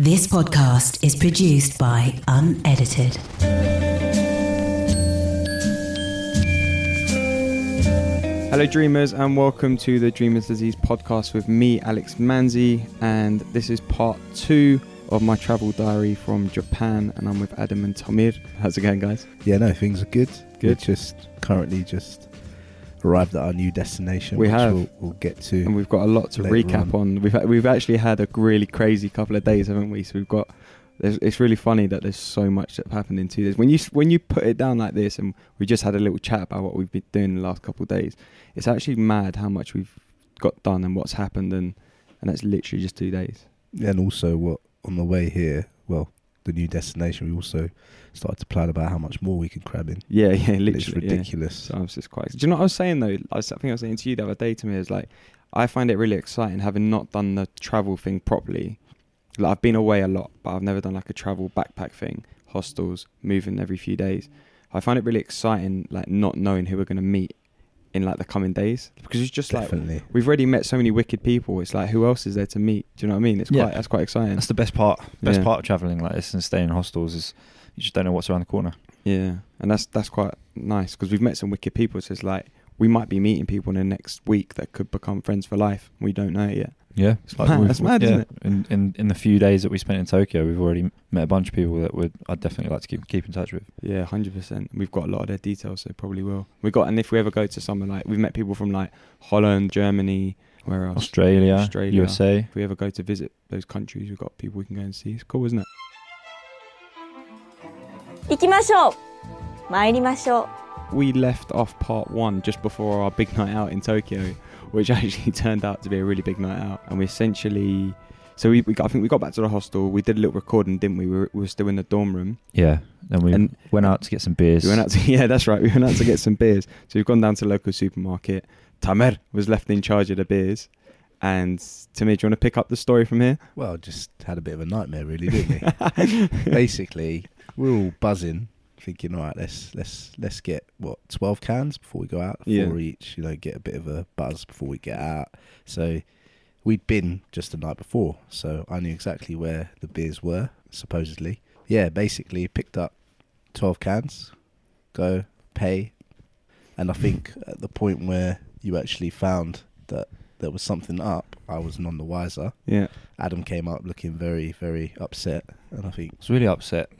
This podcast is produced by Unedited. Hello, dreamers, and welcome to the Dreamers Disease podcast with me, Alex Manzi. And this is part two of my travel diary from Japan. And I'm with Adam and Tamir. How's it going, guys? Yeah, no, things are good. Good. We're just currently just arrived at our new destination, We which have. We'll, we'll get to. And we've got a lot to Later recap on. We've we've actually had a really crazy couple of days, haven't we? So we've got. There's, it's really funny that there's so much that happened in two days. When you s- when you put it down like this, and we just had a little chat about what we've been doing the last couple of days, it's actually mad how much we've got done and what's happened, and and that's literally just two days. and also, what on the way here? Well, the new destination. We also started to plan about how much more we can cram in. Yeah, yeah, And literally. it's yeah. ridiculous. So I was just quite. Do you know what I was saying though? I, was, I think I was saying to you the other day to me is like, I find it really exciting having not done the travel thing properly. Like I've been away a lot, but I've never done like a travel backpack thing, hostels, moving every few days. I find it really exciting, like not knowing who we're gonna meet in like the coming days because it's just like Definitely. we've already met so many wicked people. It's like who else is there to meet? Do you know what I mean? It's Yeah. quite that's quite exciting. That's the best part. Best Yeah. part of traveling like this and staying in hostels is you just don't know what's around the corner. Yeah, and that's that's quite nice because we've met some wicked people. So it's like we might be meeting people in the next week that could become friends for life. We don't know yet. Yeah, It's mad- that's mad, isn't it? In, in in the few days that we spent in Tokyo, we've already met a bunch of people that would I'd definitely like to keep keep in touch with. Yeah, hundred percent. We've got a lot of their details, so probably will. We got, and if we ever go to somewhere like we've met people from like Holland, Germany, where else? Australia, Australia. USA. If we ever go to visit those countries, we've got people we can go and see. It's cool, isn't it? 行きましょう参りましょう We left off part one just before our big night out in Tokyo, which actually turned out to be a really big night out. And we essentially, so we, we got, I think we got back to the hostel. We did a little recording, didn't we? We were, we were still in the dorm room. Yeah, then we And- went out to get some beers. We went out to yeah, that's right. We went out to get some beers. So we've gone down to the local supermarket. Tamer was left in charge of the beers. And Tamir, do you want to pick up the story from here? Well, just had a bit of a nightmare, really, didn't we? Basically, we we're all buzzing, thinking, all right, let's let's let's get what twelve cans before we go out, four Yeah. each. You know, get a bit of a buzz before we get out. So we'd been just the night before, so I knew exactly where the beers were supposedly. Yeah, basically picked up twelve cans, go pay, and I think at the point where you actually found that there was something up, I was none the wiser. Yeah. Adam came up looking very, very upset, and I think I was really upset.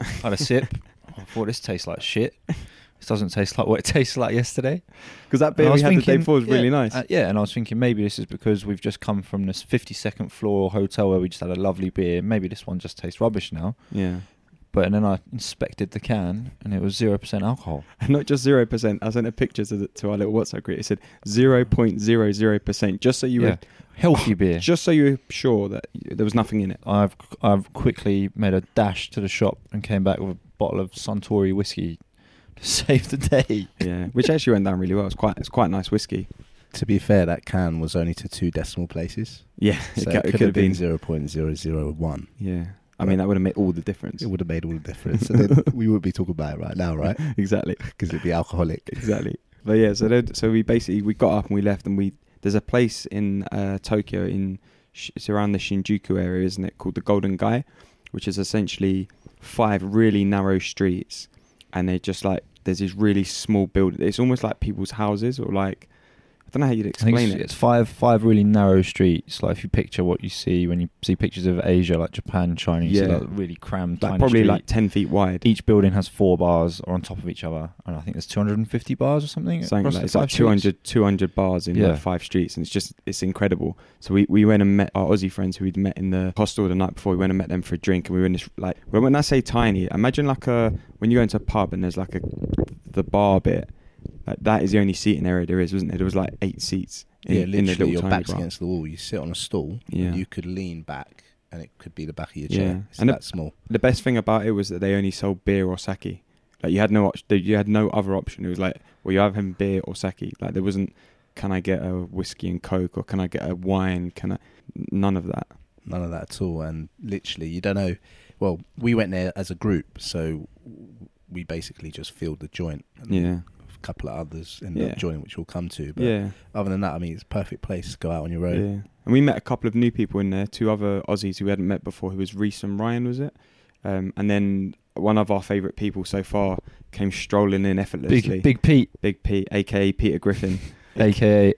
I had a sip. I thought this tastes like shit. This doesn't taste like what it tasted like yesterday. Because that And beer I we was had the day thinking- before was really yeah, nice. uh, yeah, and I was thinking maybe this is because we've just come from this 52nd floor hotel where we just had a lovely beer. Maybe this one just tastes rubbish now. yeah. But and then I inspected the can and it was 0% alcohol. And not just 0%. I sent a picture to, the, to our little WhatsApp group. It said 0.00%, just so you Yeah. Healthy beer. were just so you were sure that y- there was nothing in it. I've I've quickly made a dash to the shop and came back with a bottle of Suntory whiskey to save the day. Yeah. Which actually went down really well. It's quite it's quite nice whiskey. to be fair, that can was only to two decimal places, Yeah. It, so ca- it, could have been zero point zero zero one. Yeah. I mean, that would have made all the difference. It would have made all the difference. and then we wouldn't be talking about it right now, right? Exactly. Because it'd be alcoholic. exactly. But yeah, so then, so we basically we got up and we left, and we there's a place in uh, Tokyo in Sh- it's around the Shinjuku area, isn't it? Called the Golden Guy, which is essentially five really narrow streets, and they're just like there's this really small building. It's almost like people's houses or like I don't know how you'd I think explain it's, it. it's five five really narrow streets. Like if you picture what you see when you see pictures of Asia, like Japan, China, you see Yeah. like really crammed, Like tiny probably street. like ten feet wide. each building has four bars are on top of each other, and I think there's 250 bars or something. Something across like, the it's like five streets. 200, 200 bars in Yeah. like five streets, and it's just it's incredible. So we, we went and met our Aussie friends who we'd met in the hostel the night before. We went and met them for a drink, and we were in this like when when I say tiny, imagine like a when you go into a pub and there's like a the bar bit, like that is the only seating area there is, wasn't it? There was like eight seats. In, yeah, in the literally, little your tiny back's bar. against the wall. You sit on a stool, Yeah. and you could lean back, and it could be the back of your Yeah. chair. It's And and the- that small. The best thing about it was that they only sold beer or sake. Like you had no op- you had no other option. It was like, well, you either having beer or sake. Like there wasn't, can I get a whiskey and coke or can I get a wine? Can I? None of that. None of that at all. And literally, you don't know. Well, we went there as a group, so we basically just filled the joint. and Yeah. a couple of others end Yeah. up joining, which we'll come to. But yeah, other than that, I mean, it's a perfect place to go out on your own. yeah. And we met a couple of new people in there, two other Aussies who we hadn't met before, who was Reese and Ryan, was it? Um, and then one of our favourite people so far came strolling in effortlessly. Big, big Pete, Big Pete, aka Peter Griffin, aka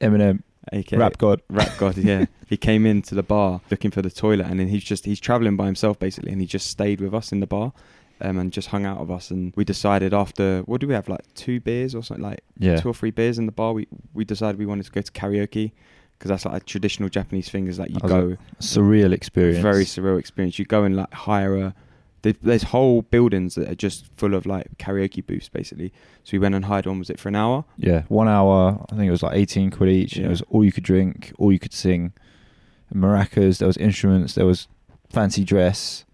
Eminem, aka rap god. Rap God, yeah. he came into the bar looking for the toilet, and then he's just he's traveling by himself basically, and he just stayed with us in the bar, um, and just hung out with us. And we decided after what do we have like two beers or something like Yeah. two or three beers in the bar, we we decided we wanted to go to karaoke because that's like a traditional Japanese thing is that you That was go Surreal experience. very surreal experience. You go and like hire a there- there's whole buildings that are just full of like karaoke booths basically. So we went and hired one. Was it for an hour? Yeah, one hour. I think it was like eighteen quid each. And Yeah. it was all you could drink, all you could sing. Maracas. There was instruments. There was fancy dress.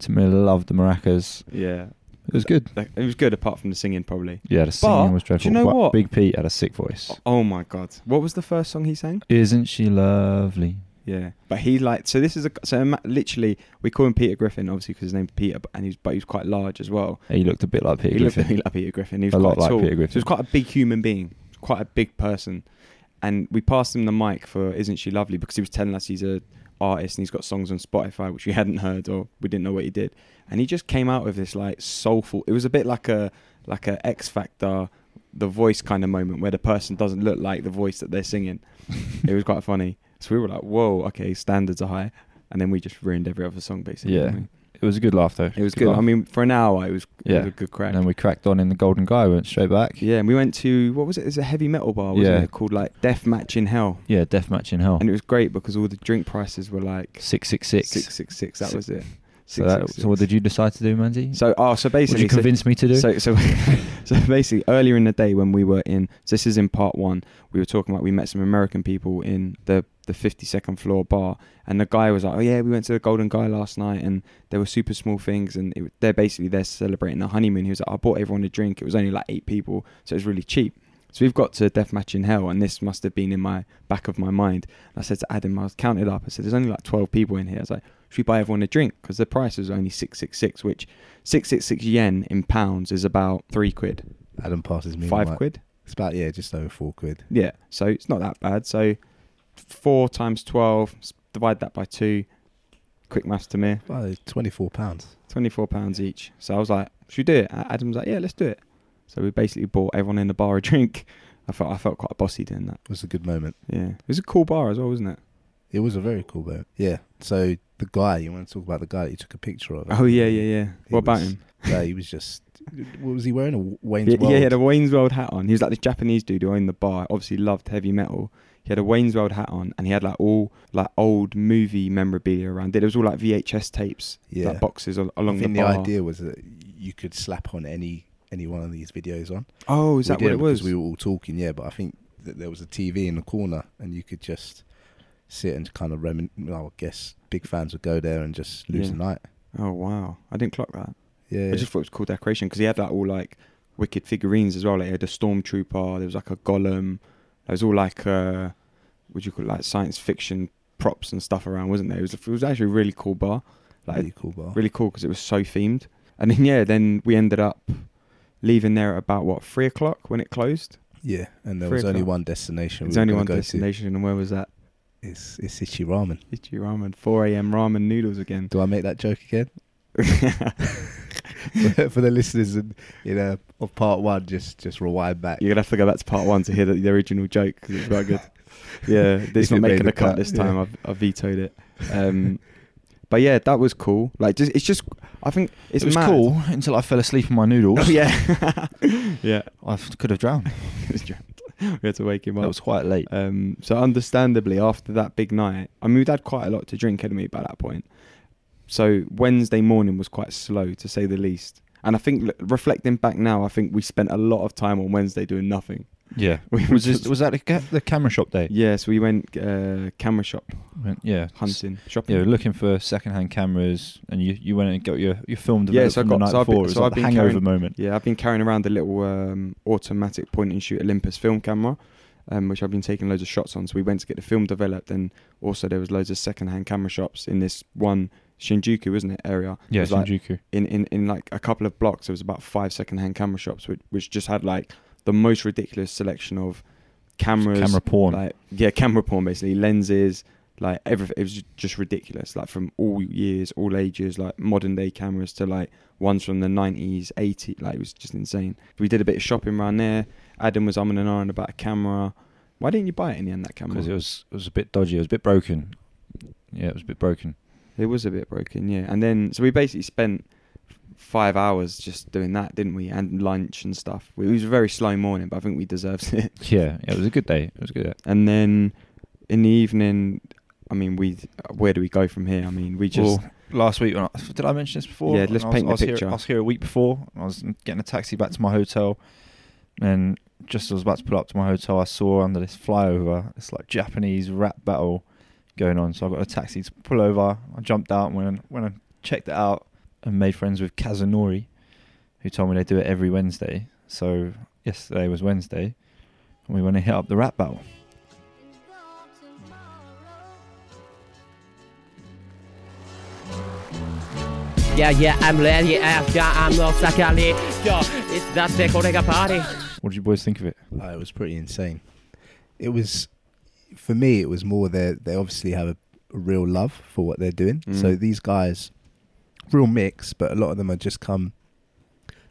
Tamila loved the maracas. Yeah, It was good. Like, it was good apart from the singing probably. Yeah, the singing But, was do dreadful. you know but what? Big Pete had a sick voice. Oh my god! What was the first song he sang? Isn't she lovely? Yeah, but he like so this is a so ima- literally we call him Peter Griffin obviously because his name's Peter, but- and he's but he was quite large as well. And he looked a bit like Peter he Griffin. looked a bit like Peter Griffin. He was A quite lot like tall. Peter Griffin. So he was quite a big human being, quite a big person, and we passed him the mic for "Isn't She Lovely" because he was telling us he's a artist and he's got songs on Spotify which we hadn't heard or we didn't know what he did, and he just came out with this like soulful. It was a bit like a like a X Factor. The voice kind of moment where the person doesn't look like the voice that they're singing. it was quite funny. So we were like, "Whoa, okay, standards are high," and then we just ruined every other song basically. Yeah. didn't we? It was a good laugh though. it was good. laugh. I mean, for an hour, it was, it Yeah. was a good crack. and then we cracked on in the Golden Guy. Went straight back. Yeah, and we went to what was it? It's a heavy metal bar, wasn't Yeah. it? Called like Death Match in Hell, Yeah, death match in hell. and it was great because all the drink prices were like Six six six. six six six. That Six- was it. So, Six, that, six, so what six. did you decide to do, Mandy? So oh, so What did basically, you convince me to do? so so so, so basically, earlier in the day when we were in, so this is in part one. We were talking about we met some American people in the the fifty second floor bar, and the guy was like, "Oh yeah, we went to the Golden Guy last night, and they were super small things, and it, they're basically they're celebrating the honeymoon." He was like, "I bought everyone a drink. It was only like eight people, so it was really cheap." So we've got to Deathmatch in Hell, and this must have been in my back of my mind. And I said to Adam, I was counted up. I said, "There's only like twelve people in here." I was like, "Should we buy everyone a drink?" Because the price was only six six six, which six six six yen in pounds is about three quid, Adam passes me the five mic. quid. It's about yeah, just over four quid. Yeah, so it's not that bad. So four times twelve, s- divide that by two. Quick maths to me, Well, twenty four pounds. twenty-four pounds each. So I was like, "Should we do it?" A- Adam's like, "Yeah, let's do it." So we basically bought everyone in the bar a drink. I felt I felt quite bossy doing that. It was a good moment. Yeah, it was a cool bar as well, wasn't it? It was a very cool moment. Yeah. So the guy you want to talk about the guy that you took a picture of? Oh yeah, yeah, yeah. He what about was- him? No, he was just. What was he wearing? A Wayne's Yeah, World. yeah, he had a Wayne's World hat on. He was like this Japanese dude who owned the bar. Obviously loved heavy metal. He had a Wayne's World hat on, and he had like all like old movie memorabilia around it. It was all like VHS tapes, Yeah. like boxes al- I along the think the, bar. idea was that you could slap on any any one of these videos on. oh, is We that did what it because was? We were all talking, yeah. But I think that there was a TV in the corner, and you could just sit and kind of remin. well, I guess big fans would go there and just lose Yeah. the night. oh wow, I didn't clock that. Yeah, I just thought it was cool decoration because he had like all like wicked figurines as well. Like he had a stormtrooper. There was like a golem. There was all like uh, what do you call it, like science fiction props and stuff around, wasn't there? It was, it was actually a really cool bar. Like really cool bar. really cool because it was so themed. And then yeah, then we ended up leaving there at about what three o'clock when it closed. Yeah, and there Three was only o'clock. one destination. There's we were only gonna one go to. destination, and where was that? It's it's Ichi Ramen. Ichi ramen, 4 a.m. ramen noodles again. Do I make that joke again? For the listeners in, in uh, of part one, just just rewind back. You're gonna have to go back to part one to hear the, the original joke 'cause it's quite good. Yeah, it's If it not making made the the cut, cut, this yeah. time. I've, I've vetoed it. Um, but yeah, that was cool. Like, just, it's just, I think it's it was mad. cool until I fell asleep on my noodles. Oh, yeah, yeah. I f- could have drowned. He was drunk. we had to wake him It up. was quite late. Um, so understandably, after that big night, I mean, we'd had quite a lot to drink, hadn't we, by that point? So Wednesday morning was quite slow, to say the least. And I think, l- reflecting back now, I think we spent a lot of time on Wednesday doing nothing. Yeah. We was this, was that the, ca- the camera shop day? Yeah, so we went uh, camera shop Went- Yeah. hunting, shopping. Yeah, we're looking for secondhand cameras, and you, you went and got your your film Yeah, developed so I from the got- night so I've been- before. it was so like I've the been hangover carrying- moment. Yeah, I've been carrying around a little um, automatic point and shoot Olympus film camera, um, which I've been taking loads of shots on. So we went to get the film developed, and also there was loads of second-hand camera shops in this one Shinjuku, isn't it, area? It Yeah, was like Shinjuku. in, in, in like a couple of blocks, there was about five second-hand camera shops, which, which just had like the most ridiculous selection of cameras, camera porn. like yeah, camera porn basically, lenses, like everything. It was just ridiculous, like from all years, all ages, like modern day cameras to like ones from the nineties, eighty. Like it was just insane. We did a bit of shopping around there. Adam was umming and ahhing about a camera. Why didn't you buy it in the end? That camera because it was it was a bit dodgy. It was a bit broken. Yeah, it was a bit broken. It was a bit broken, yeah. And then, so we basically spent f- five hours just doing that, didn't we? And lunch and stuff. It was a very slow morning, but I think we deserved it. Yeah, it was a good day. It was a good day. And then in the evening, I mean, we where do we go from here? I mean, we just Well, last week, when I, did I mention this before? Yeah, let's When I was, paint the I was picture. Here, I was here a week before. and I was getting a taxi back to my hotel, and just as I was about to pull up to my hotel, I saw under this flyover this like Japanese rap battle going on. So I got a taxi to pull over. I jumped out and went and, went and checked it out and made friends with Kazunori, who told me they do it every Wednesday. So yesterday was Wednesday, and we went and hit up the rap battle. Yeah, yeah, I'm ready. After I'm not Sakari. Yo, it's that day, これがパーティー。 What did you boys think of it? Uh, it was pretty insane. It was, for me, it was more they they obviously have a real love for what they're doing. Mm. So these guys, real mix, but a lot of them are just come,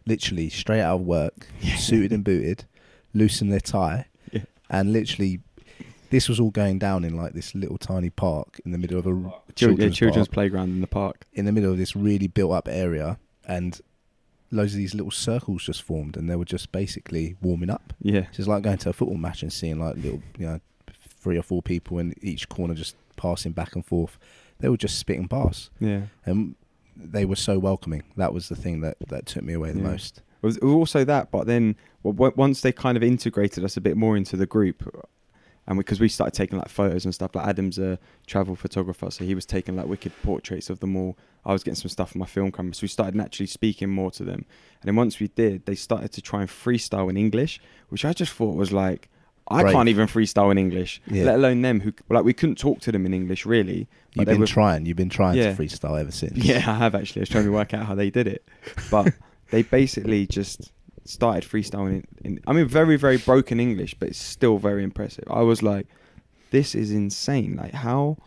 literally straight out of work, suited and booted, loosen their tie, Yeah. and literally, this was all going down in like this little tiny park in the middle of a r- children's, children's, children's park, playground in the park. in the middle of this really built up area, and loads of these little circles just formed, and they were just basically warming up. Yeah. So it's like going to a football match and seeing like little, you know, three or four people in each corner just passing back and forth. They were just spitting pass, Yeah. and they were so welcoming. That was the thing that that took me away the Yeah. most. It was it was also that, but then w- w- once they kind of integrated us a bit more into the group, and because we started taking like photos and stuff, like Adam's a travel photographer, so he was taking like wicked portraits of them all. I was getting some stuff from my film camera, so we started naturally speaking more to them. And then once we did, they started to try and freestyle in English, which I just thought was like, I Brave. can't even freestyle in English, Yeah. let alone them who like we couldn't talk to them in English really. but You've they been were- trying. You've been trying Yeah. to freestyle ever since. yeah, I have actually. I was trying to work out how they did it, but they basically just started freestyling. In, in, I mean, very very broken English, but it's still very impressive. I was like, this is insane. Like how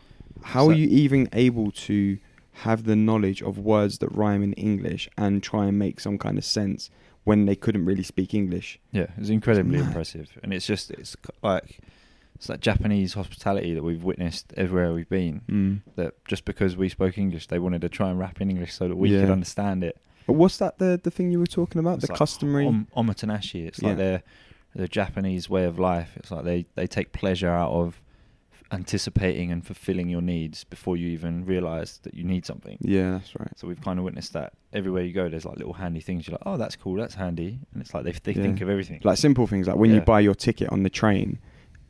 how So- are you even able to have the knowledge of words that rhyme in English and try and make some kind of sense when they couldn't really speak English? Yeah, it's incredibly mad. impressive, and it's just it's c- like it's that Japanese hospitality that we've witnessed everywhere we've been. Mm. That just because we spoke English, they wanted to try and rap in English so that we Yeah. could understand it. But what's that the the thing you were talking about? It's the like customary. Om- omatanashi, it's Yeah. like their the Japanese way of life. It's like they they take pleasure out of anticipating and fulfilling your needs before you even realize that you need something. yeah, that's right. So we've kind of witnessed that everywhere you go. There's like little handy things. You're like, oh, that's cool, that's handy, and it's like they they Yeah. think of everything. like simple things like when you Yeah. buy your ticket on the train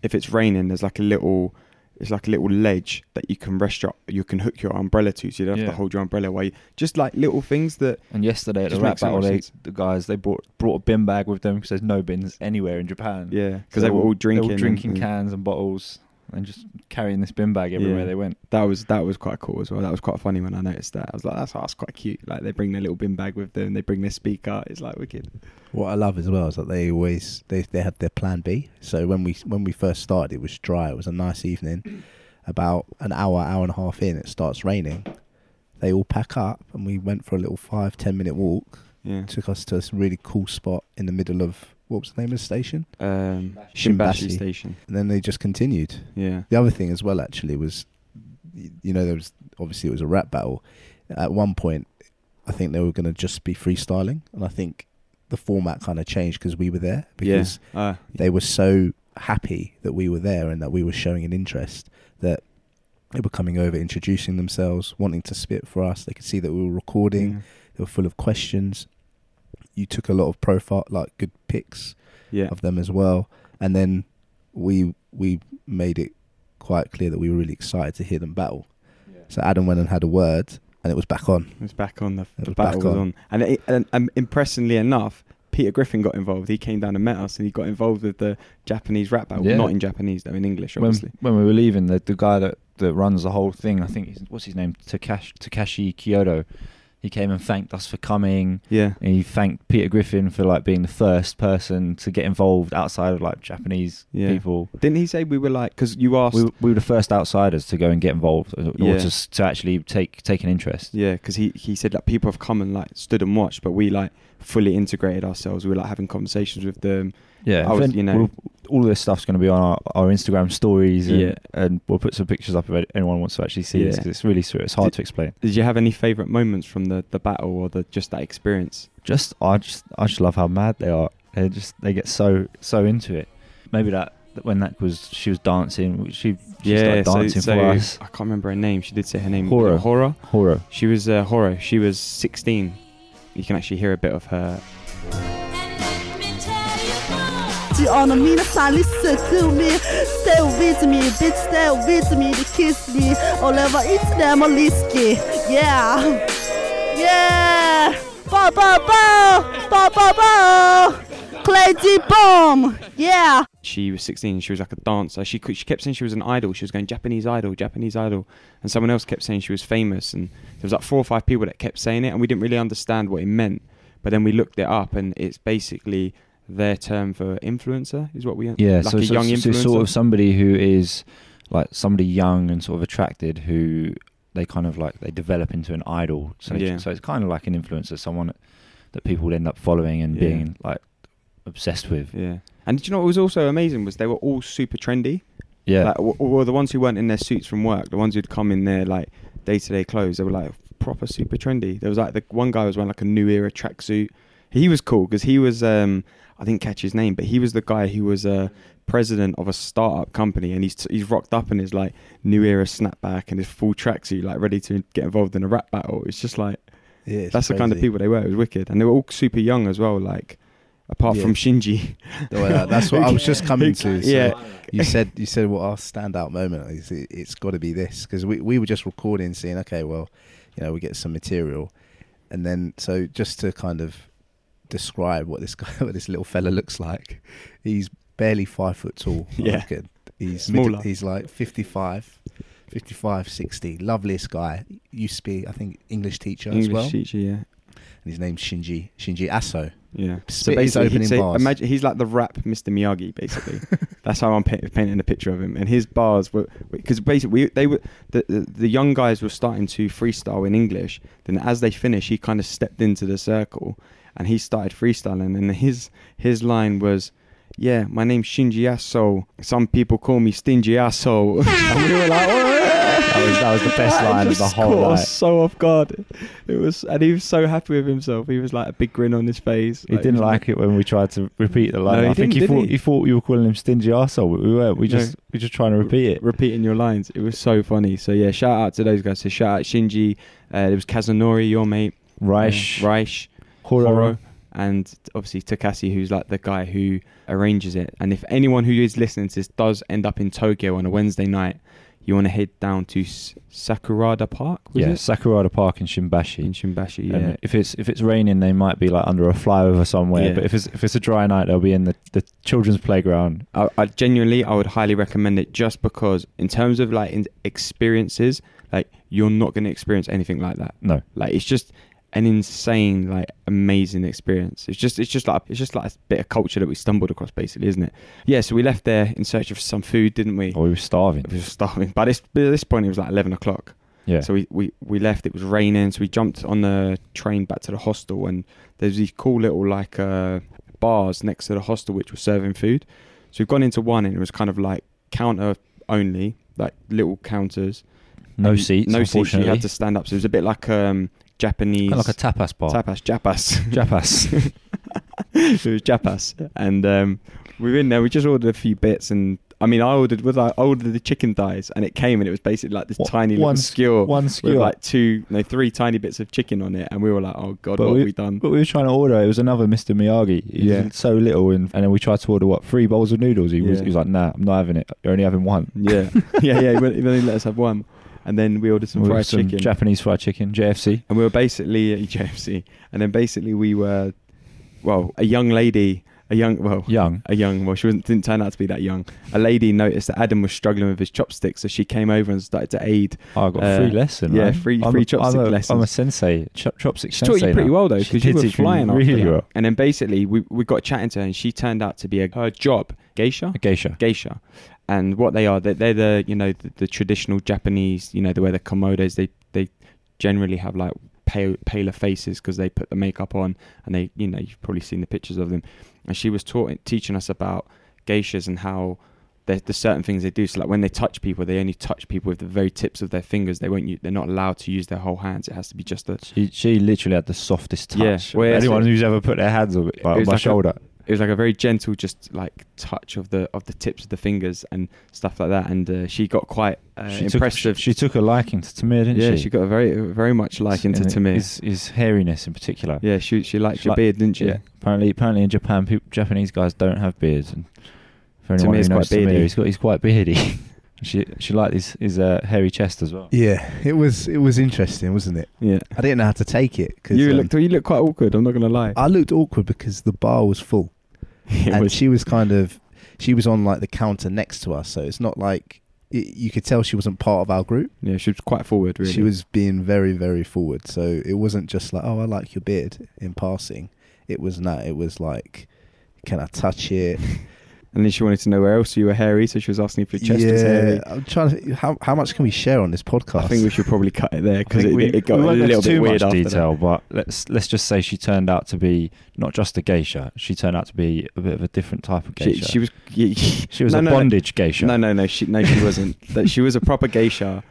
if it's raining there's like a little it's like a little ledge that you can rest your you can hook your umbrella to so you don't have Yeah. to hold your umbrella away just like little things that And yesterday at the Just rap makes so much battle, they, sense. the guys they brought brought a bin bag with them because there's no bins anywhere in Japan. yeah So because they were all drinking they were and- drinking and cans and bottles and just carrying this bin bag everywhere Yeah. they went. that was that was quite cool as well that was quite funny when i noticed that i was like that's, that's quite cute like they bring their little bin bag with them they bring their speaker it's like wicked What I love as well is that they always they they had their plan B. So when we when we first started, it was dry. It was a nice evening. About an hour, hour and a half in, it starts raining. They all pack up, and we went for a little five ten minute walk. yeah took us to this really cool spot in the middle of what was the name of the station, um shimbashi Shimbashi. station and then they just continued. yeah The other thing as well, actually, was y- you know there was obviously it was a rap battle. At one point, I think they were going to just be freestyling, and I think the format kind of changed because we were there because yeah uh, they were so happy that we were there and that we were showing an interest that they were coming over, introducing themselves, wanting to spit for us. They could see that we were recording. yeah, They were full of questions. You took a lot of profile, like good pics yeah. of them as well. And then we we made it quite clear that we were really excited to hear them battle. So Adam went and had a word, and it was back on. It's back on the, It the was battle back was on. on, and, it, and and impressingly enough, Peter Griffin got involved. He came down and met us, and he got involved with the Japanese rap battle. Yeah. Not in Japanese though, in English, When, obviously. when we were leaving, the, the guy that, that runs the whole thing, I think he's, what's his name, Takash, Takashi Kyoto. He came and thanked us for coming. Yeah. And he thanked Peter Griffin for like being the first person to get involved outside of like Japanese Yeah. people. Didn't he say we were like because you asked? We, were- we were the first outsiders to go and get involved, uh, or Yeah. to, s- to actually take take an interest. Yeah, because he, he said that people have come and like stood and watched, but we like fully integrated ourselves. We were like having conversations with them. Yeah, I was- then you know- we'll- all this stuff's going to be on our, our Instagram stories, and, Yeah. and we'll put some pictures up if anyone wants to actually see this Yeah. 'cause it's really sweet. It's hard Did- to explain. Did you have any favorite moments from the, the battle or the just that experience? Just I just I just love how mad they are. They just they get so so into it. Maybe that when that was she was dancing, she, she started dancing for us. I can't remember her name. She did say her name. Hora. Horror. Horror. She was uh, horror. She was 16. You can actually hear a bit of her. you on a mean sign, listen to me. Stay with me, bitch, stay with me, they kiss me. Or never eat them or risky. Yeah. Yeah. Bow, bow, bow. Bow, bow, bow. Crazy bomb. Yeah. She was 16. She was like a dancer. She cou- she kept saying she was an idol. She was going Japanese idol, Japanese idol, and someone else kept saying she was famous. And there was like four or five people that kept saying it, and we didn't really understand what it meant. But then we looked it up, and it's basically their term for influencer, is what we Yeah, like so, a so- young so influencer. sort of somebody who is like somebody young and sort of attracted who they kind of like they develop into an idol. So, they- Yeah. so it's kind of like an influencer, someone that people would end up following and Yeah. being like obsessed with. yeah. And do you know what was also amazing was they were all super trendy. Yeah, Like, w- well, the ones who weren't in their suits from work, the ones who'd come in their like day to day clothes, they were like proper super trendy. There was like the one guy was wearing like a new era tracksuit. He was cool because he was um I didn't catch his name, but he was the guy who was uh, president of a startup company, and he's he's rocked up in his like new era snapback and his full tracksuit, like ready to get involved in a rap battle. It's just like Yeah, it's that's the kind of crazy. people they were. It was wicked, and they were all super young as well. Like apart Yeah. from Shinji, Well, uh, that's what I was just coming to. So yeah, you said you said what our standout moment is. It, it's got to be this because we we were just recording, saying, okay, well, you know, we get some material, and then so just to kind of describe what this guy, what this little fella looks like, he's barely five foot tall. I Yeah. reckon. he's Smaller. middle- he's like 55, 55, 60. Loveliest guy. Used to be, I think, English teacher English as well. teacher, yeah. And his name's Shinji Shinji Aso. Yeah. Spit his basically, opening he'd say- bars. Imagine he's like the rap Mr. Miyagi, basically. That's how I'm pa- painting a picture of him. And his bars were because basically we, they were the, the the young guys were starting to freestyle in English. Then as they finished, he kind of stepped into the circle and he started freestyling. And his his line was. Yeah, my name's Shinji Aso. Some people call me Stingy Aso. and we were like, that was that was the best that line of just the whole caught us night. so off guard. It was, and he was so happy with himself. He was like a big grin on his face. He didn't was like it when we tried to repeat the line. No, he I didn't, think he did thought he? he? thought we were calling him stingy arsehole, but we were. We No. just we just trying to repeat it. repeating your lines. It was so funny. So yeah, shout out to those guys. So shout out Shinji. Uh, there was Kazunori, your mate. Raish, Uh, Raish. Horo. Horo. And obviously Takashi, who's like the guy who arranges it. And if anyone who is listening to this does end up in Tokyo on a Wednesday night, you want to head down to S- Sakurada Park. Was yeah, it? Sakurada Park in Shimbashi. in Shimbashi. Yeah. And if it's if it's raining, they might be like under a flyover somewhere. Yeah. But if it's if it's a dry night, they'll be in the, the children's playground. I, I genuinely, I would highly recommend it just because, in terms of like in experiences, like you're not going to experience anything like that. No, Like it's just an insane, like amazing experience. It's just it's just like it's just like a bit of culture that we stumbled across, basically, isn't it? Yeah. So we left there in search of some food, didn't we? oh, we were starving. We were starving. By this by this point, it was like eleven o'clock. Yeah, So we, we we left. It was raining. So we jumped on the train back to the hostel, and there's these cool little like uh, bars next to the hostel which were serving food. So we've gone into one, and it was kind of like counter only, like little counters. no And seats. No seats. You unfortunately. had to stand up. So it was a bit like um Japanese Kinda like a tapas bar. tapas, japas. Japas. it was japas, and um, we were in there. We just ordered a few bits, and I mean, I ordered was I ordered the chicken thighs, and it came, and it was basically like this What- tiny little one s- skewer, one with skewer. like two, no, three tiny bits of chicken on it, and we were like, oh god, what have we done? But we were trying to order. It was another Mr. Miyagi. He Yeah. was so little, and, and then we tried to order what three bowls of noodles. He was Yeah. he was like, nah, I'm not having it. You're only having one. Yeah, yeah, yeah. He wouldn't- he wouldn't let us have one, and then we ordered some We ordered fried some chicken, Japanese fried chicken, JFC. and we were basically at JFC, and then basically we were, well, a young lady a young well Young. a young well she wasn't, didn't turn out to be that young a lady noticed that adam was struggling with his chopsticks so she came over and started to aid Oh, I got Uh, free lesson. yeah, man. free- I'm free a- chopstick I'm a, I'm a lessons. sensei. Chop, chopstick she sensei. taught you pretty now. well though She because you did were teach me flying after really that. well. and then basically we, we got chatting to her and she turned out to be a her job geisha A geisha. geisha and what they are they're, they're the you know the, the traditional japanese you know the way the komodos they they generally have like pale, paler faces because they put the makeup on and they you know you've probably seen the pictures of them and she was taught teaching us about geishas and how there's there's certain things they do so like when they touch people they only touch people with the very tips of their fingers they won't use, they're not allowed to use their whole hands it has to be just a She, she literally had the softest Yeah, touch. of well, yeah, anyone so- who's ever put their hands on, it, It like, on was my like a- shoulder. it was like a very gentle just like touch of the of the tips of the fingers and stuff like that and uh, she got quite uh, she impressive Took, she took a liking to Tamir, didn't yeah she? she? got a very very much like into And Tamir His, his hairiness in particular. yeah she she liked She your like- beard didn't she Yeah. Apparently, apparently in Japan, peop Japanese guys don't have beards. And for anyone Tamir's who knows quite Tamir, beardy. he's got he's quite beardy. she she liked his his uh, hairy chest as well. Yeah, it was it was interesting, wasn't it? yeah I didn't know how to take it um, because um, you looked you looked quite awkward I'm not gonna lie I looked awkward because the bar was full, It and was- she was kind of she was on like the counter next to us, so it's not like it, you could tell she wasn't part of our group. yeah she was quite forward really She was being very very forward, so it wasn't just like oh I like your beard in passing. It was no, it was like can I touch it? and then she wanted to know where else you were hairy so she was asking if your chest was hairy I'm trying to how how much can we share on this podcast? I think we should probably cut it there I because think it, we- it got we a won't go little into bit too weird much after detail, but let's let's just say she turned out to be not just a geisha. She turned out to be a bit of a different type of that. She, geisha. she was She was No, no, a no. bondage geisha. No, no, no. She no, she wasn't. that she was a proper geisha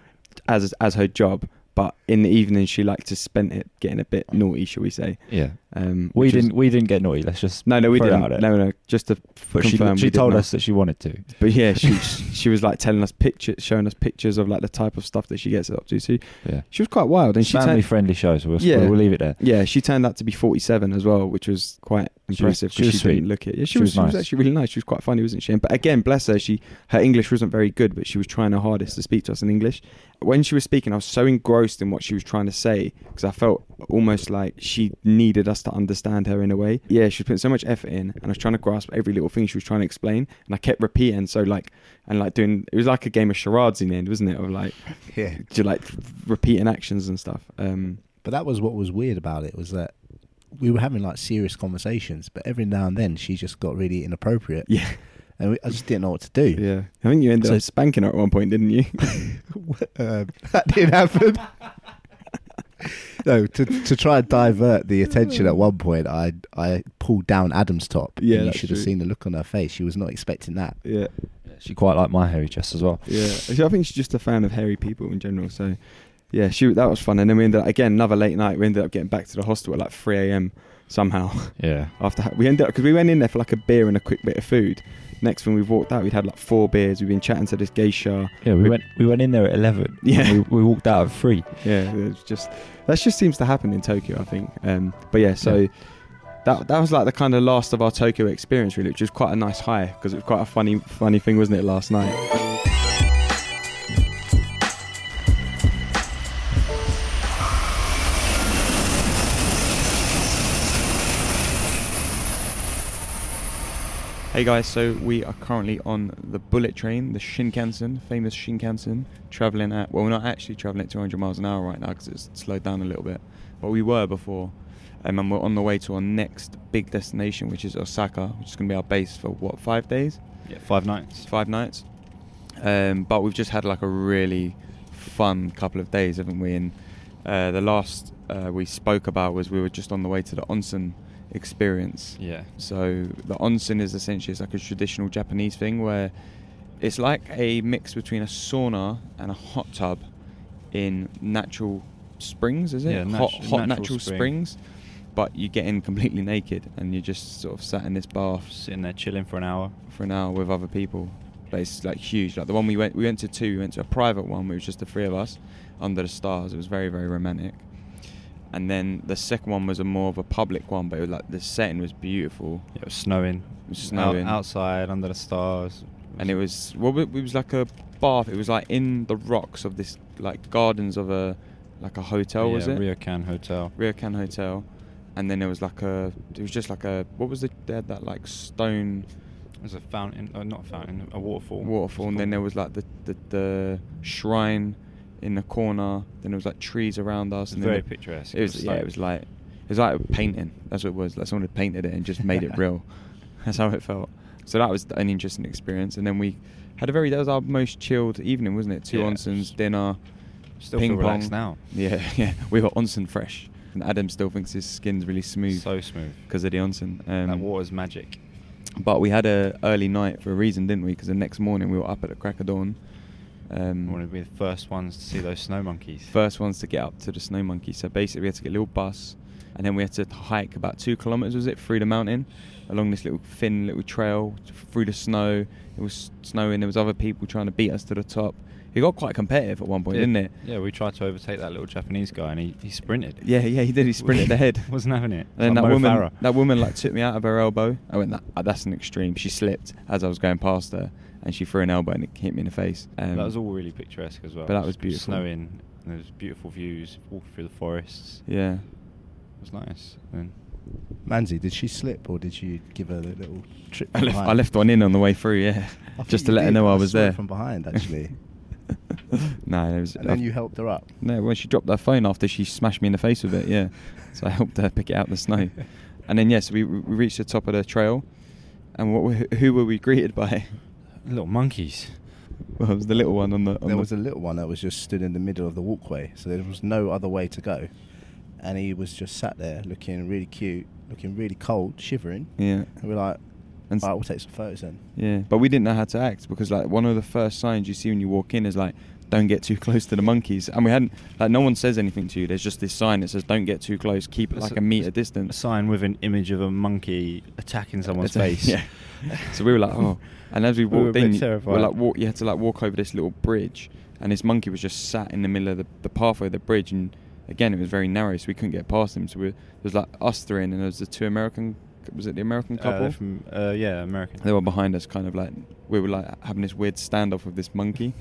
as as her job, but in the evening she liked to spend it getting a bit naughty, shall we say? Yeah, Um, we which was- didn't we didn't get naughty. Let's just no, no, we throw didn't. out it. No, no. Just to but she confirm, she we did told not. us that she wanted to. But yeah, she she was like telling us pictures, showing us pictures of like the type of stuff that she gets up to. So Yeah, she was quite wild, and she family turned, friendly shows. We'll, Yeah. we'll leave it there. yeah, she turned out to be forty seven as well, which was quite was- impressive. 'cause she was didn't sweet. look it. Yeah, she, She was, was she was nice. actually really nice. She was quite funny, wasn't she? And, but again, bless her, she her English wasn't very good, but she was trying her hardest to speak to us in English. When she was speaking, I was so engrossed in what she was trying to say because I felt almost like she needed us to understand her in a way. Yeah, she was putting so much effort in, and I was trying to grasp every little thing she was trying to explain, and I kept repeating. So like, and like doing it was like a game of charades in the end, wasn't it? Of like, yeah. do like repeating actions and stuff. Um, But that was what was weird about it was that we were having like serious conversations, but every now and then she just got really inappropriate, yeah, and we, I just didn't know what to do. yeah. I think you ended So- up spanking her at one point, didn't you? Um, that didn't happen. no, to to try and divert the attention at one point, I I pulled down Adam's top. Yeah, and you that's should have true. seen the look on her face. She was not expecting that. yeah. She quite liked my hairy chest as well. Yeah, so I think she's just a fan of hairy people in general. So, yeah, she that was fun. And then we ended up again another late night. We ended up getting back to the hostel at like three a.m. somehow. Yeah, After ha- we ended up because we went in there for like a beer and a quick bit of food. Next thing we walked out, we'd had like four beers. We've been chatting to this geisha. yeah. We We- went we went in there at eleven. Yeah. we, we walked out at three. Yeah, it's just that just seems to happen in Tokyo, I think. Um, but yeah, so. Yeah. That, that was like the kind of last of our Tokyo experience, really, which was quite a nice high because it was quite a funny funny thing, wasn't it, last night? Hey guys, so we are currently on the bullet train, the Shinkansen, famous Shinkansen, traveling at, well, we're not actually traveling at 200 miles an hour right now because it's slowed down a little bit, but we were before. Um, and we're on the way to our next big destination, which is Osaka, which is going to be our base for what, five days? Yeah, five nights. Five nights. Um, but we've just had like a really fun couple of days, haven't we? And uh, the last uh, we spoke about was we were just on the way to the onsen experience. Yeah, So the onsen is essentially it's like a traditional Japanese thing where it's like a mix between a sauna and a hot tub in natural springs, is it? Yeah, natu- hot, hot natural natural spring. springs. But you get in completely naked and you're just sort of sat in this bath sitting there chilling for an hour. for an hour with other people. But it's like huge. Like the one we went, we went to two. We went to a private one. It was just the three of us under the stars. It was very, very romantic. And then the second one was a more of a public one, but it was like the setting was beautiful. It was snowing. It was snowing. outside under the stars. and it was well, it was like a bath. It was like in the rocks of this like gardens of a like a hotel, was it? Ryokan Hotel. Ryokan Hotel, and then there was like a it was just like a what was the they had that like stone There's a fountain, uh, not a fountain, a waterfall. waterfall, and then there was like the the, the shrine in the corner. Then there was like trees around us. It's And then very the- picturesque. It was yeah, it was like it was like a painting. That's what it was. Like someone had painted it and just made it real. That's how it felt. So that was an interesting experience. And then we had a very that was our most chilled evening, wasn't it? Two Yeah. onsens, dinner, Still ping feel pong. relaxed now. Yeah, yeah. We were onsen fresh, and Adam still thinks his skin's really smooth. So smooth. because of the onsen. Um, that water's magic. but we had a early night for a reason, didn't we? Because the next morning we were up at the crack of dawn. We Um, want to be the first ones to see those snow monkeys. first ones to get up to the snow monkey. So basically, we had to get a little bus, and then we had to hike about two kilometers, was it, through the mountain, along this little thin little trail through the snow. It was snowing. There was other people trying to beat us to the top. It got quite competitive at one point, yeah. didn't it? Yeah, we tried to overtake that little Japanese guy and he, he sprinted. Yeah, yeah, he did. He sprinted ahead. Wasn't having it. And then Like that Mo woman, Farah. that woman, like took me out of her elbow. I went, that, ah, "That's an extreme." She slipped as I was going past her, and she threw an elbow and it hit me in the face. Um, that was all really picturesque as well. but that was It beautiful. Snowing, and there's beautiful views, walking through the forests. Yeah, It was nice. And Manzi, did she slip or did you give her the little trip? I from left, I behind? left one in on the way through. Yeah, I thought just to you let her did. know I I was saw it there from behind, actually. no, it was. And then you helped her up. No, well, she dropped her phone after she smashed me in the face with it. Yeah, so I helped her pick it out of the snow, and then yes, we, we reached the top of the trail, and what were, who were we greeted by? little monkeys. Well, it was the little one on the. On there the- was a little one that was just stood in the middle of the walkway, so there was no other way to go. And he was just sat there looking really cute, looking really cold, shivering. Yeah, And we're like, and all right, we'll take some photos then. Yeah, but we didn't know how to act because like one of the first signs you see when you walk in is like, "Don't get too close to the monkeys," and we hadn't like no one says anything to you. There's just this sign that says, "Don't get too close. Keep it It's like a meter distance." A sign with an image of a monkey attacking someone's It's a- face. Yeah. So we were like, oh, and as we were a walked bit in, you- we were terrified. Uh, like, walk, you had to like walk over this little bridge, and this monkey was just sat in the middle of the, the pathway of the bridge, and again it was very narrow, so we couldn't get past him. So we, there was like us three, and then there was the two American, was it the American Uh, couple? they're from, uh, yeah, American. they were behind us, kind of like we were like having this weird standoff with this monkey.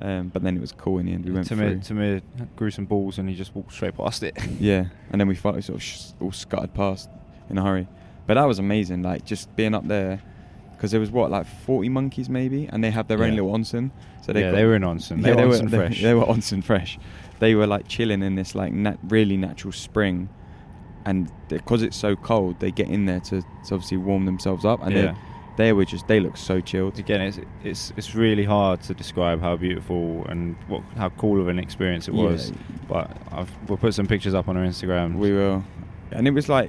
Um, but then it was cool in the end. We went Tamir, through. Tamir grew some balls and he just walked straight past it. Yeah, and then we finally sort of sh- all scuttered past in a hurry. But that was amazing, like just being up there because there was what like forty monkeys maybe, and they have their own Yeah. little onsen. So yeah, got- they were in onsen. They Yeah, were they, onsen they- fresh. They, were onsen fresh. They were like chilling in this like nat- really natural spring, and because it's so cold, they get in there to, to obviously warm themselves up, and Yeah. they, they were just they looked so chilled. Again, it's it's it's really hard to describe how beautiful and what how cool of an experience it Yeah. was. But I've, we'll put some pictures up on our Instagram. We were, and it was like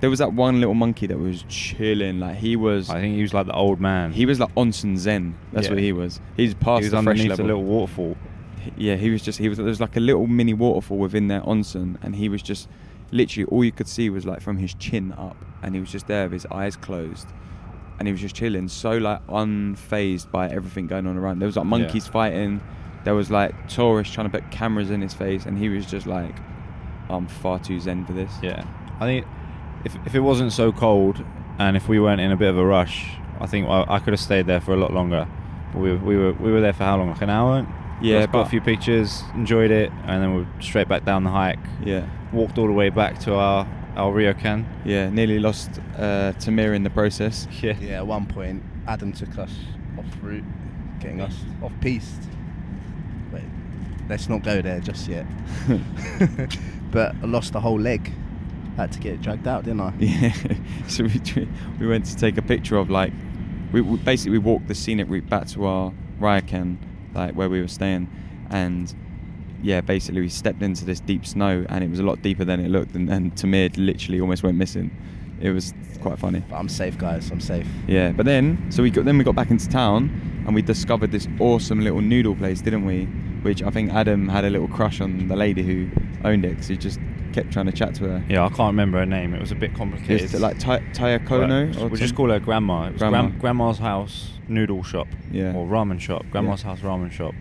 there was that one little monkey that was chilling. Like he was, I think he was like the old man. he was like onsen zen. That's Yeah. what he was. He's he past was the fresh underneath level. a little waterfall. yeah, he was just he was there was like a little mini waterfall within their onsen, and he was just literally all you could see was like from his chin up, and he was just there with his eyes closed, and he was just chilling, so like unfazed by everything going on around. There was like monkeys fighting, there was like tourists trying to put cameras in his face, and he was just like, I'm far too zen for this. Yeah, I think if if it wasn't so cold and if we weren't in a bit of a rush, I think I, I could have stayed there for a lot longer. But we, we were we were there for how long? Like an hour. Yeah, Just got but- a few pictures, enjoyed it, and then we we're straight back down the hike. Yeah. Walked all the way back to our our Ryokan. Yeah, nearly lost uh, Tamir in the process. Yeah. Yeah, at one point, Adam took us off route, getting us off piste. Wait, let's not go there just yet. but I lost a whole leg. had to get it dragged out, didn't I? Yeah, so we tr- we went to take a picture of like we, we basically we walked the scenic route back to our Ryokan, like where we were staying, and yeah, basically we stepped into this deep snow and it was a lot deeper than it looked, and, and Tamir literally almost went missing. It was quite funny. But I'm safe, guys. I'm safe. Yeah, but then so we got then we got back into town and we discovered this awesome little noodle place, didn't we? Which I think Adam had a little crush on the lady who owned it because he just kept trying to chat to her. Yeah, I can't remember her name. It was a bit Is complicated. it like Ty- Tayakono? But or We'll something? just call her grandma. It was Grandma. Gran- grandma's house noodle shop. Yeah. Or ramen shop. Grandma's Yeah. house ramen shop.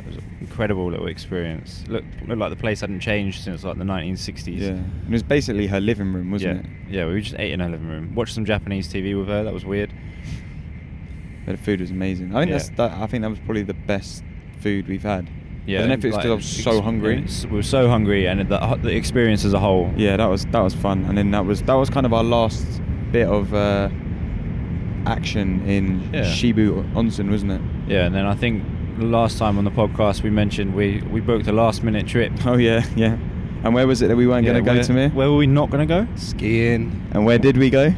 It was an incredible little experience. Look, looked like the place hadn't changed since like the 1960s. Yeah, and it was basically her living room, Yeah. wasn't Yeah, we just ate in her living room. Watched some Japanese TV with her. That was weird. it? But the food was amazing. I think Yeah. that's that, I think that was probably the best food we've had. Yeah, I don't know if it's because I was so ex- hungry. it's- We were so hungry, and the, uh, the experience as a whole. yeah, that was that was fun, and then that was that was kind of our last bit of uh, action in Yeah. Shibu Onsen, wasn't it? Yeah, and then I think the last time on the podcast we mentioned we we booked a last minute trip. Oh yeah, yeah. And where was it that we weren't Yeah, going to go where- to Mir? Where were we not going to go? Skiing, and where did we go?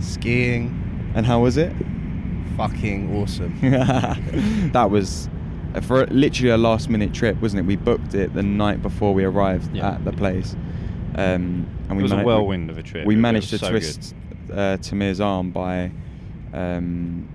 skiing, And how was it? fucking awesome. that was uh, for literally a last minute trip, wasn't it? We booked it the night before we arrived Yeah. at the place, um, and we it was a mana- whirlwind of a trip. We It- it managed to was so twist uh, Tamir's arm by. Um,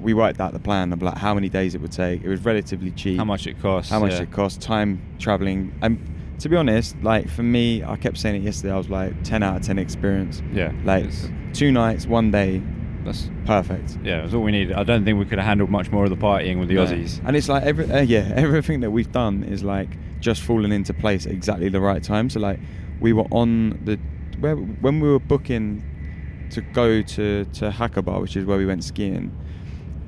we worked out the plan of like how many days it would take. It was relatively cheap. good. How much it costs? How much yeah. it cost? Time traveling. And to be honest, like for me, I kept saying it yesterday. I was like ten out of ten experience. Yeah, Like it's- two nights, one day, That's perfect. yeah, that's all we needed. I don't think we could have handled much more of the partying with the Yeah. Aussies. And it's like every uh, yeah, everything that we've done is like just fallen into place at exactly the right time. So like we were on the where when we were booking to go to to Hakkabar, which is where we went skiing.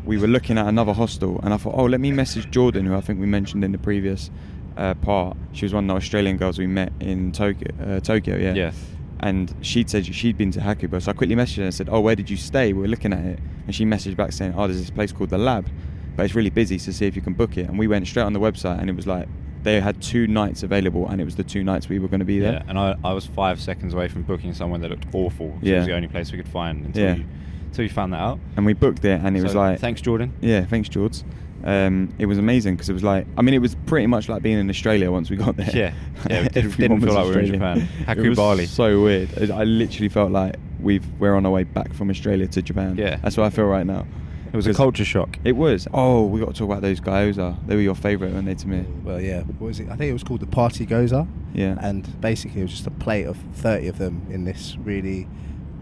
We were looking at another hostel, and I thought, oh, let me message Jordan, who I think we mentioned in the previous uh, part. She was one of the Australian girls we met in Tokyo. Uh, Tokyo, yeah. Yes. And she'd said she'd been to Hakuba, so I quickly messaged her and said, "Oh, where did you stay? We were looking at it." And she messaged back saying, "Oh, there's this place called the Lab, but it's really busy, so see if you can book it." And we went straight on the website, and it was like they had two nights available, and it was the two nights we were going to be Yeah. there. and I, I was five seconds away from booking somewhere that looked awful. 'cause it Yeah. was the only place we could find until Yeah. you until you found that out. And we booked it, and it was So, like, thanks, Jordan. Yeah, thanks, George. Um, it was amazing because it was like, I mean, it was pretty much like being in Australia once we got there. Yeah. Yeah, it didn't- Everyone didn't feel was like we were in Australian. Japan. It was Hakkubali. So weird. It- I literally felt like we've we're on our way back from Australia to Japan. Yeah. that's what I feel right now. It was a 'Cause- culture shock. It was. Oh, we got to talk about those gyoza. They were your favourite, weren't they, to me? well, yeah. What was it? I think it was called the Party Goza. Yeah. And basically, it was just a plate of thirty of them in this really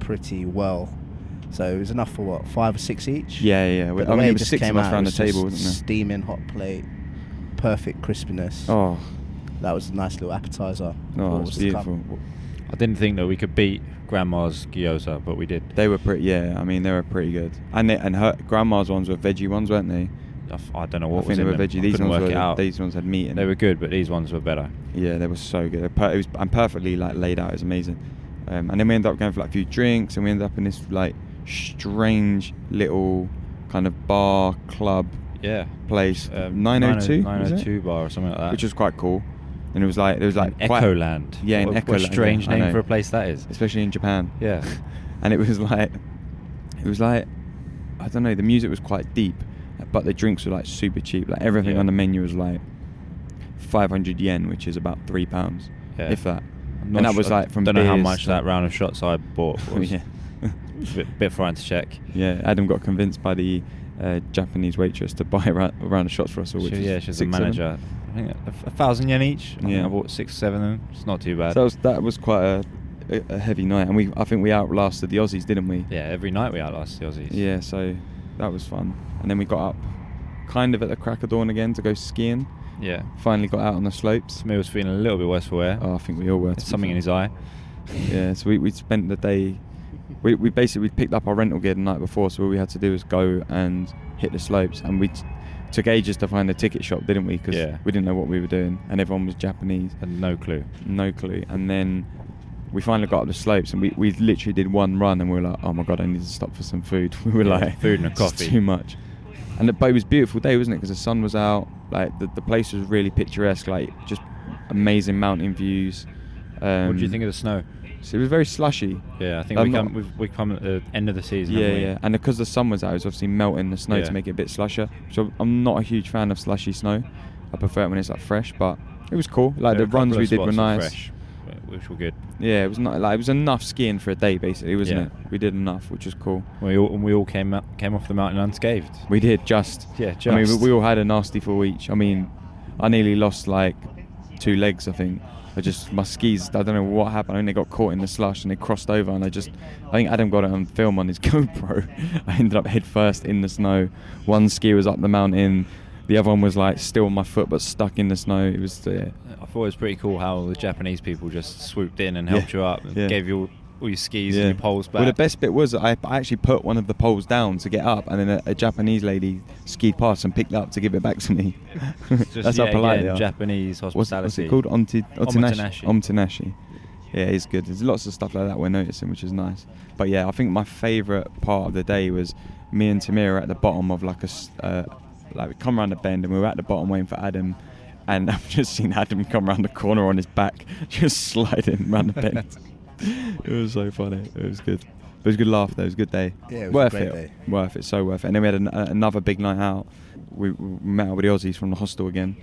pretty well. So it was enough for what five or six each. Yeah, yeah. yeah. But the I mean, way it it was just six of came us out, around it the was table, just wasn't Steaming hot plate, perfect crispiness. there? Oh, That was a nice little appetizer. for oh, what it was was to come. beautiful. I didn't think that we could beat Grandma's gyoza, but we did. They were pretty. Yeah, I mean, they were pretty good. And they, and her grandma's ones were veggie ones, weren't they? I, f- I don't know what I was think they in were them. I veggie. These couldn't ones work were. it out. These ones had meat in They them. were good, but these ones were better. Yeah, they were so good. They're per- It was and perfectly like laid out. It was amazing. Um, and then we ended up going for like a few drinks, and we ended up in this like strange little kind of bar club Yeah. place. Um, 902, was it? 902 bar or something like that. which was quite cool. And it was like it was like In quite- Echoland. Yeah, in what, Echoland. What a strange yeah, I name know. for a place that is. especially in Japan. Yeah. and it was like it was like I don't know. The music was quite deep, but the drinks were like super cheap. Like everything Yeah. on the menu was like 500 yen, which is about three pounds, Yeah. if that. I'm And not that su- was like from don't know how beers much to- that round of shots I bought was. yeah. It's a bit, bit fine to check. yeah, Adam got convinced by the uh, Japanese waitress to buy a rou- a round of shots for us all. She, Which is yeah, she's a six, seven. manager. I think a, a thousand yen each. I yeah, Yeah. I bought six, seven. Of them. It's not too bad. So that was, that was quite a, a, a heavy night, and we I think we outlasted the Aussies, didn't we? yeah, every night we outlast the Aussies. Yeah, so that was fun. And then we got up kind of at the crack of dawn again to go skiing. yeah. Finally got out on the slopes. Samir was feeling a little bit worse for wear. Oh, I think we all were. to There's be something in fair. his eye. Yeah, so we, we spent the day. We, we basically picked up our rental gear the night before, so all we had to do was go and hit the slopes. And we t- took ages to find a ticket shop, didn't we? Because Yeah. we didn't know what we were doing, and everyone was Japanese. Had no clue. No clue. And then we finally got up the slopes, and we, we literally did one run, and we were like, oh my god, I need to stop for some food. We were Yeah, like, food and a "It's coffee." too much. And the, but it was a beautiful day, wasn't it? Because the sun was out. Like the, the place was really picturesque. Like just amazing mountain views. Um, what do you think of the snow? So it was very slushy. Yeah, I think I'm we not- come, we've, we come at the end of the season. Yeah, haven't we? yeah. And because the sun was out, it was obviously melting the snow Yeah. to make it a bit slusher. So I'm not a huge fan of slushy snow. I prefer it when it's like fresh, but it was cool. Like the There were a couple runs of we did were spots that nice. fresh, which were good. Yeah, it was not like it was enough skiing for a day basically, wasn't Yeah. it? We did enough, which was cool. We all, and we all came up, came off the mountain unscathed. We did just. Yeah, I mean, just. we, we all had a nasty fall each. I mean, I nearly lost like two legs. I think I just my skis. I don't know what happened. I think they got caught in the slush and they crossed over. And I just, I think Adam got it on film on his GoPro. I ended up head first in the snow. One ski was up the mountain. The other one was like still on my foot but stuck in the snow. It was. Uh, I thought it was pretty cool how the Japanese people just swooped in and helped Yeah. you up and Yeah. gave you all your skis Yeah. and your poles back. Well, the best bit was I I actually put one of the poles down to get up, and then a, a Japanese lady skied past and picked it up to give it back to me. Just, That's yeah, how polite again, they are. Japanese What's, what's hospitality. it called? Omti, Omotenashi. omotenashi. Omotenashi. Yeah, it's good. There's lots of stuff like that we're noticing, which is nice. But yeah, I think my favourite part of the day was me and Tamir at the bottom of like a s- uh, like we come around the bend and we were at the bottom waiting for Adam, and I've just seen Adam come around the corner on his back, just sliding around the bend. it was so funny. It was good. It was a good laugh. Though. It was a good day. Yeah, it was a worth great it. day. Worth it. So worth it. And then we had an, a- another big night out. We, we met up with the Aussies from the hostel again,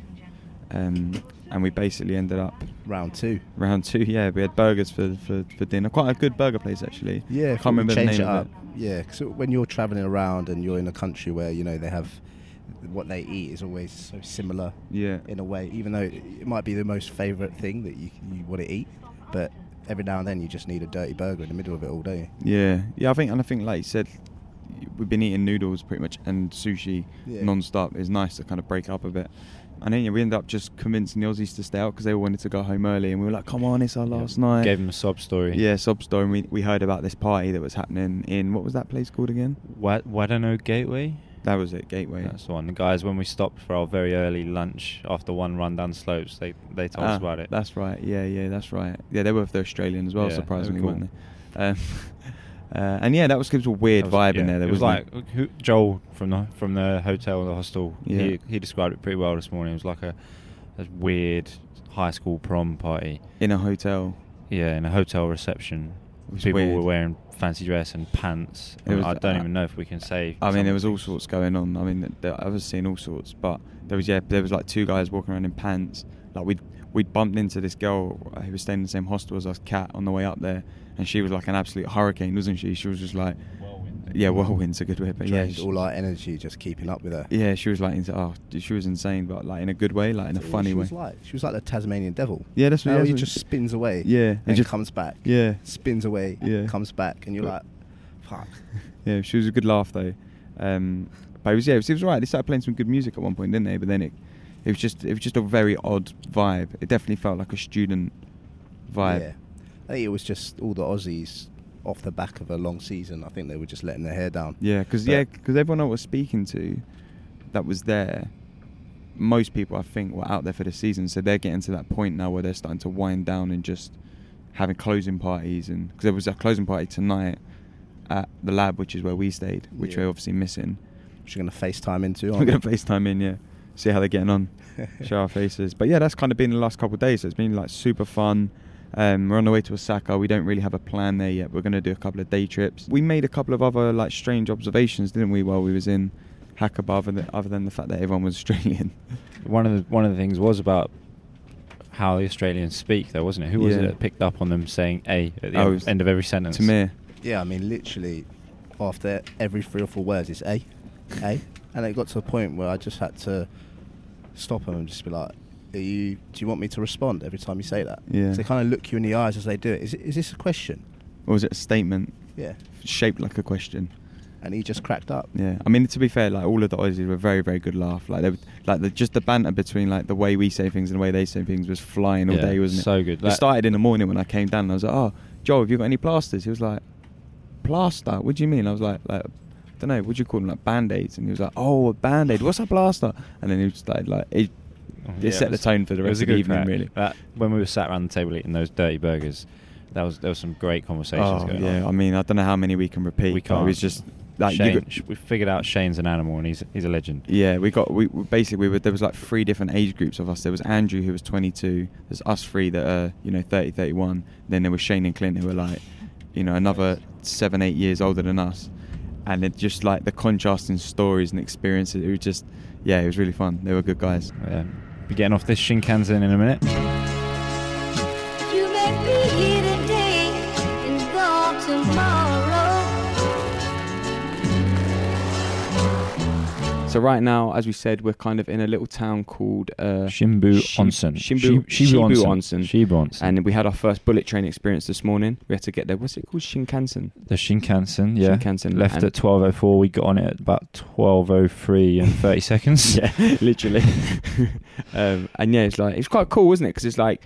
um, and we basically ended up Round two. round two. Yeah, we had burgers for, for, for dinner. Quite a good burger place actually. Yeah, can't remember the change name it up. of it. Yeah, because when you're traveling around and you're in a country where you know they have what they eat is always so similar Yeah. in a way, even though it might be the most favourite thing that you you want to eat, but every now and then you just need a dirty burger in the middle of it all, don't you? Yeah, yeah. I think, and I think, like you said, we've been eating noodles pretty much and sushi Yeah. non-stop. It's nice to kind of break up a bit. And then yeah, we ended up just convincing the Aussies to stay out because they all wanted to go home early, and we were like, "Come on, it's our last night." Gave him a sob story. yeah, sob story. And we we heard about this party that was happening in what was that place called again? Wa- Wadano Gateway. That was it, Gateway. That's the one. The guys, when we stopped for our very early lunch after one run down slopes, they they told Ah, us about it. That's right. Yeah, yeah, that's right. Yeah, they were the Australian as well. Yeah, they were surprisingly, cool. weren't they? Um, uh, and yeah, that was gives a weird That was- vibe in yeah, there. There it was wasn't like who, Joel from the from the hotel, the hostel. Yeah. He, he described it pretty well this morning. It was like a, a weird high school prom party. in a hotel. Yeah, in a hotel reception. It was People were weird. wearing fancy dress and pants. It I mean, was- I don't I- even know if we can say. I mean, some there was all things. sorts going on. I mean, th- th- I was seeing all sorts, but there was yeah, there was like two guys walking around in pants. Like we we bumped into this girl who was staying in the same hostel as us, Kat, on the way up there, and she was like an absolute hurricane, wasn't she? She was just like, yeah, whirlwind's a good way, but yeah, Drained she- all our energy just keeping up with her. yeah, she was like, into, oh, she was insane, but like in a good way, like in a That's what funny she way. Was like. She was like the Tasmanian devil. Yeah, that's what- How that's he what- just spins away. Yeah, and, and just- comes back. yeah. spins away. Yeah. comes back, and you're like, But- fuck. Yeah, she was a good laugh though. Um, but it was yeah, it was, it was all right. They started playing some good music at one point, didn't they? But then it, it was just it was just a very odd vibe. It definitely felt like a student vibe. Yeah, I think it was just all the Aussies off the back of a long season. I think they were just letting their hair down. Yeah, because But- yeah, 'cause everyone I was speaking to, that was there. Most people I think were out there for the season, so they're getting to that point now where they're starting to wind down and just having closing parties. And because there was a closing party tonight at the lab, which is where we stayed, which Yeah. we're obviously missing. Which you're gonna FaceTime into. We're aren't gonna you? FaceTime in, yeah. See how they're getting on. Show our faces. But yeah, that's kind of been the last couple of days. It's been like super fun. Um, we're on the way to Osaka. We don't really have a plan there yet. We're gonna do a couple of day trips. We made a couple of other like strange observations, didn't we, while we was in Hakaba, other than, other than the fact that everyone was Australian. One of the one of the things was about how the Australians speak, though, wasn't it? Who was it Yeah. that picked up on them saying "a" at the Oh, it end, was end of every sentence? Tamir. Yeah, I mean, literally, after every three or four words, it's a, a, and it got to a point where I just had to stop them and just be like, "Are you? Do you want me to respond every time you say that?" Yeah. So they kind of look you in the eyes as they do it. Is, it, is this a question? Or was it a statement Yeah. shaped like a question? And he just cracked up. Yeah, I mean to be fair, like all of the Aussies were very, very good laugh. Like they, were, like the, just the banter between like the way we say things and the way they say things was flying all Yeah, day, wasn't it? so good. it That- started in the morning when I came down. and I was like, "Oh, Joe, have you got any plasters?" He was like, "Plaster? What do you mean?" I was like, "Like, don't know. What do you call them? Like band aids?" And he was like, "Oh, a band aid. What's a plaster?" And then he just started like, it, Oh, it yeah, set the was- tone for the it was rest a of the good evening, crack. really. That- when we were sat around the table eating those dirty burgers, that was there was some great conversations Oh going yeah, on. I mean, I don't know how many we can repeat. we but can't. It was just like Shane, you got, sh- we figured out Shane's an animal, and he's he's a legend. Yeah, we got we we- basically we were, there was like three different age groups of us. There was Andrew who was 22. There's us three that are you know 30, 31. Then there was Shane and Clint who were like, you know, another seven, eight years older than us. And it just like the contrasting stories and experiences. It was just yeah, it was really fun. They were good guys. Yeah. Be getting off this Shinkansen in a minute. You make me here today and gone tomorrow. So right now, as we said, we're kind of in a little town called uh, Shimbu Shib- Onsen. Shimbu, Shib- Shibu Shibu Onsen. Shibu Onsen. And we had our first bullet train experience this morning. We had to get there. What's it called? Shinkansen. The Shinkansen, yeah. Shinkansen Left and- at 12.04. We got on it at about 12.03 and 30 seconds. yeah, literally. um, and yeah, it's like it's quite cool, isn't it? Because it's like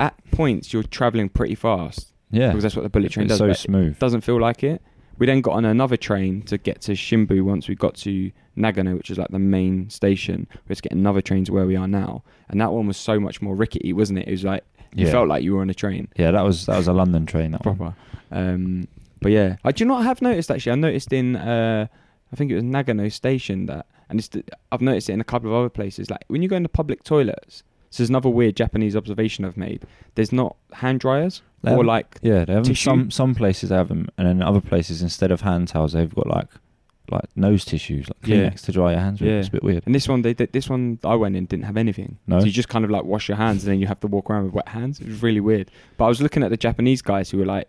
at points you're traveling pretty fast, Yeah. because that's what the bullet train It's does. so but smooth. It doesn't feel like it. We then got on another train to get to Shimbu once we got to Nagano, which is like the main station. We had to get another train to where we are now. And that one was so much more rickety, wasn't it? It was like, you Yeah. felt like you were on a train. Yeah, that was that was a London train. That one. proper. Um, but yeah, I do not have noticed actually. I noticed in uh, I think it was Nagano Station that, and it's the, I've noticed it in a couple of other places. Like when you go into public toilets, so there's another weird Japanese observation I've made. There's not hand dryers They or haven't- like Yeah, they have 'em- Tissue. some some places they have them, and then other places instead of hand towels they've got like like nose tissues, like Yeah. Kleenex to dry your hands with. Yeah. It's a bit weird. And this one, they did, this one I went in didn't have anything. No? so you just kind of like wash your hands, and then you have to walk around with wet hands. It was really weird. But I was looking at the Japanese guys who were like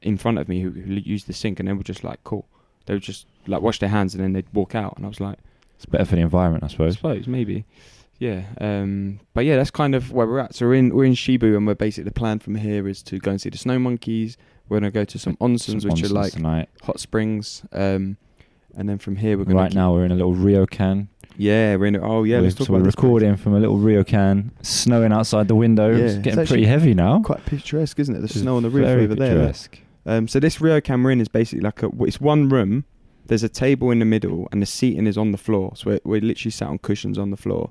in front of me who, who used the sink, and they were just like cool. They would just like wash their hands, and then they'd walk out, and I was like. It's better for the environment, I I suppose. suppose maybe. Yeah. Um, but yeah, that's kind of where we're at. So we're in we're in Shibu, and we're basically the plan from here is to go and see the snow monkeys. We're gonna go to some onsens, Some which nonsense are like tonight. hot springs. Um, and then from here we're gonna Right keep- now we're in a little Ryokan. Yeah, we're in. Oh yeah, we're, let's talk so about we're this place. recording from a little Ryokan, snowing outside the window. Yeah. it's It's getting actually pretty heavy now. Quite picturesque, isn't it? The It's snow on the roof very over there. picturesque. Um, so this ryokan we're in is basically like a. It's one room. There's a table in the middle, and the seating is on the floor. So we're, we're literally sat on cushions on the floor,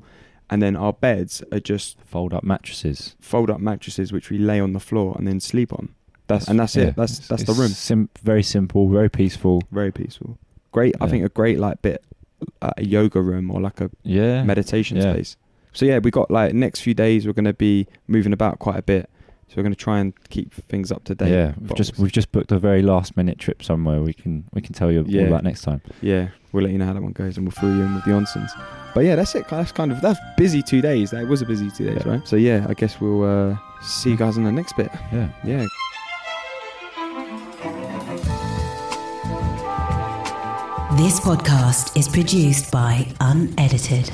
and then our beds are just Fold up mattresses. fold up mattresses which we lay on the floor and then sleep on. That's and that's yeah, it. That's it's- that's the it's room. Sim- very simple, very peaceful. Very peaceful. Great. I Yeah. think a great like bit uh, a yoga room or like a Yeah. meditation Yeah. space. So yeah, we got like next few days we're going to be moving about quite a bit. So we're going to try and keep things up to date. yeah, we've But just we've just booked a very last minute trip somewhere. We can we can tell you Yeah. all about next time. yeah, we'll let you know how that one goes and we'll fill you in with the onsens. But yeah, that's it. That's kind of that's busy two days. That was a busy two days, Yeah. right? So yeah, I guess we'll uh, see you guys in the next bit. Yeah. Yeah. This podcast is produced by Unedited.